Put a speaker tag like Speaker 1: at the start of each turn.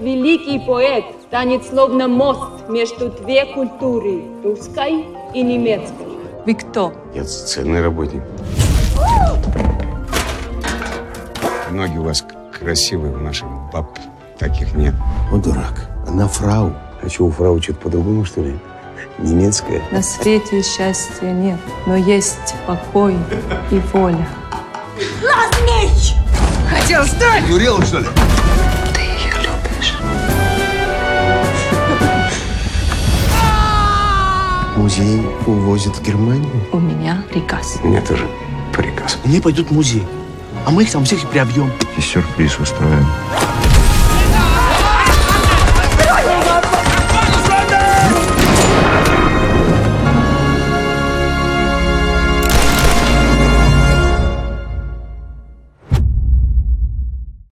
Speaker 1: Великий поэт станет словно мост между две культуры – русской и немецкой.
Speaker 2: Вы кто?
Speaker 3: Я социальный работник. Ноги у вас к- красивые, у наших баб таких нет.
Speaker 4: Он дурак. Она фрау. А что, у фрау что-то по-другому, что ли? Немецкая?
Speaker 2: На свете счастья нет, но есть покой и воля.
Speaker 4: Дурел, что ли? Музей увозят в Германию.
Speaker 2: У меня приказ.
Speaker 3: У меня тоже приказ.
Speaker 5: Они пойдут в музей. А мы их там всех и приобьем.
Speaker 4: И сюрприз устроим.